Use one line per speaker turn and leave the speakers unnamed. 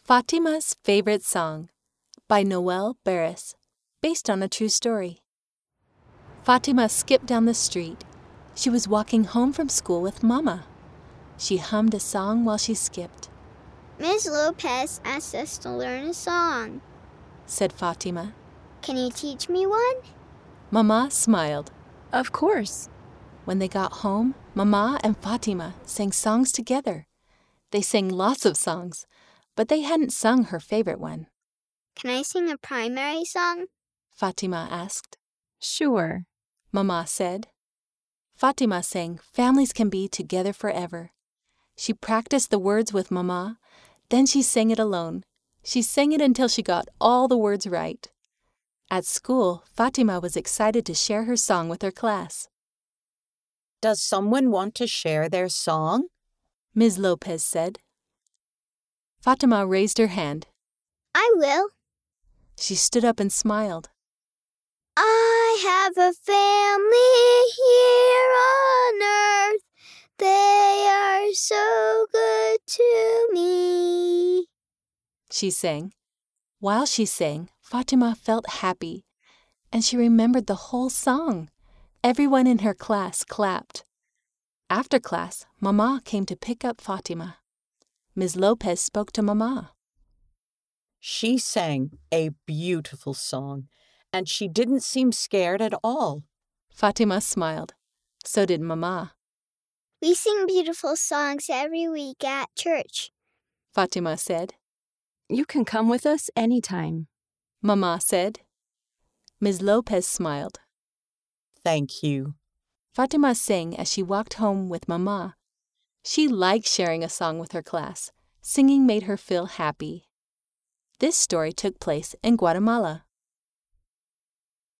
Fatima's Favorite Song by Noel Barris, based on a true story. Fatima skipped down the street. She was walking home from school with Mama. She hummed a song while she skipped,
Ms. Lopez asked us to learn a song.
said Fatima.
Can you teach me one?
Mama smiled.
Of course.
When they got home, Mama and Fatima sang songs together. They sang lots of songs, but they hadn't sung her favorite one.
Can I sing a primary song?
Fatima asked.
Sure.
Mama said. Fatima sang, Families can be together forever. She practiced the words with Mama, then she sang it alone. She sang it until she got all the words right. At school, Fatima was excited to share her song with her class.
Does someone want to share their song?
Ms. Lopez said. Fatima raised her hand.
I will.
She stood up and smiled.
I have a family here on earth. They are so good to me.
she sang. While she sang, Fatima felt happy, and she remembered the whole song. Everyone in her class clapped. After class, Mama came to pick up Fatima. Ms. Lopez spoke to Mama.
She sang a beautiful song, and she didn't seem scared at all.
Fatima smiled. So did Mama.
We sing beautiful songs every week at church.
Fatima said.
You can come with us anytime.
Mama said. Ms. Lopez smiled.
Thank you.
Fatima sang as she walked home with Mama. She liked sharing a song with her class. Singing made her feel happy. This story took place in Guatemala.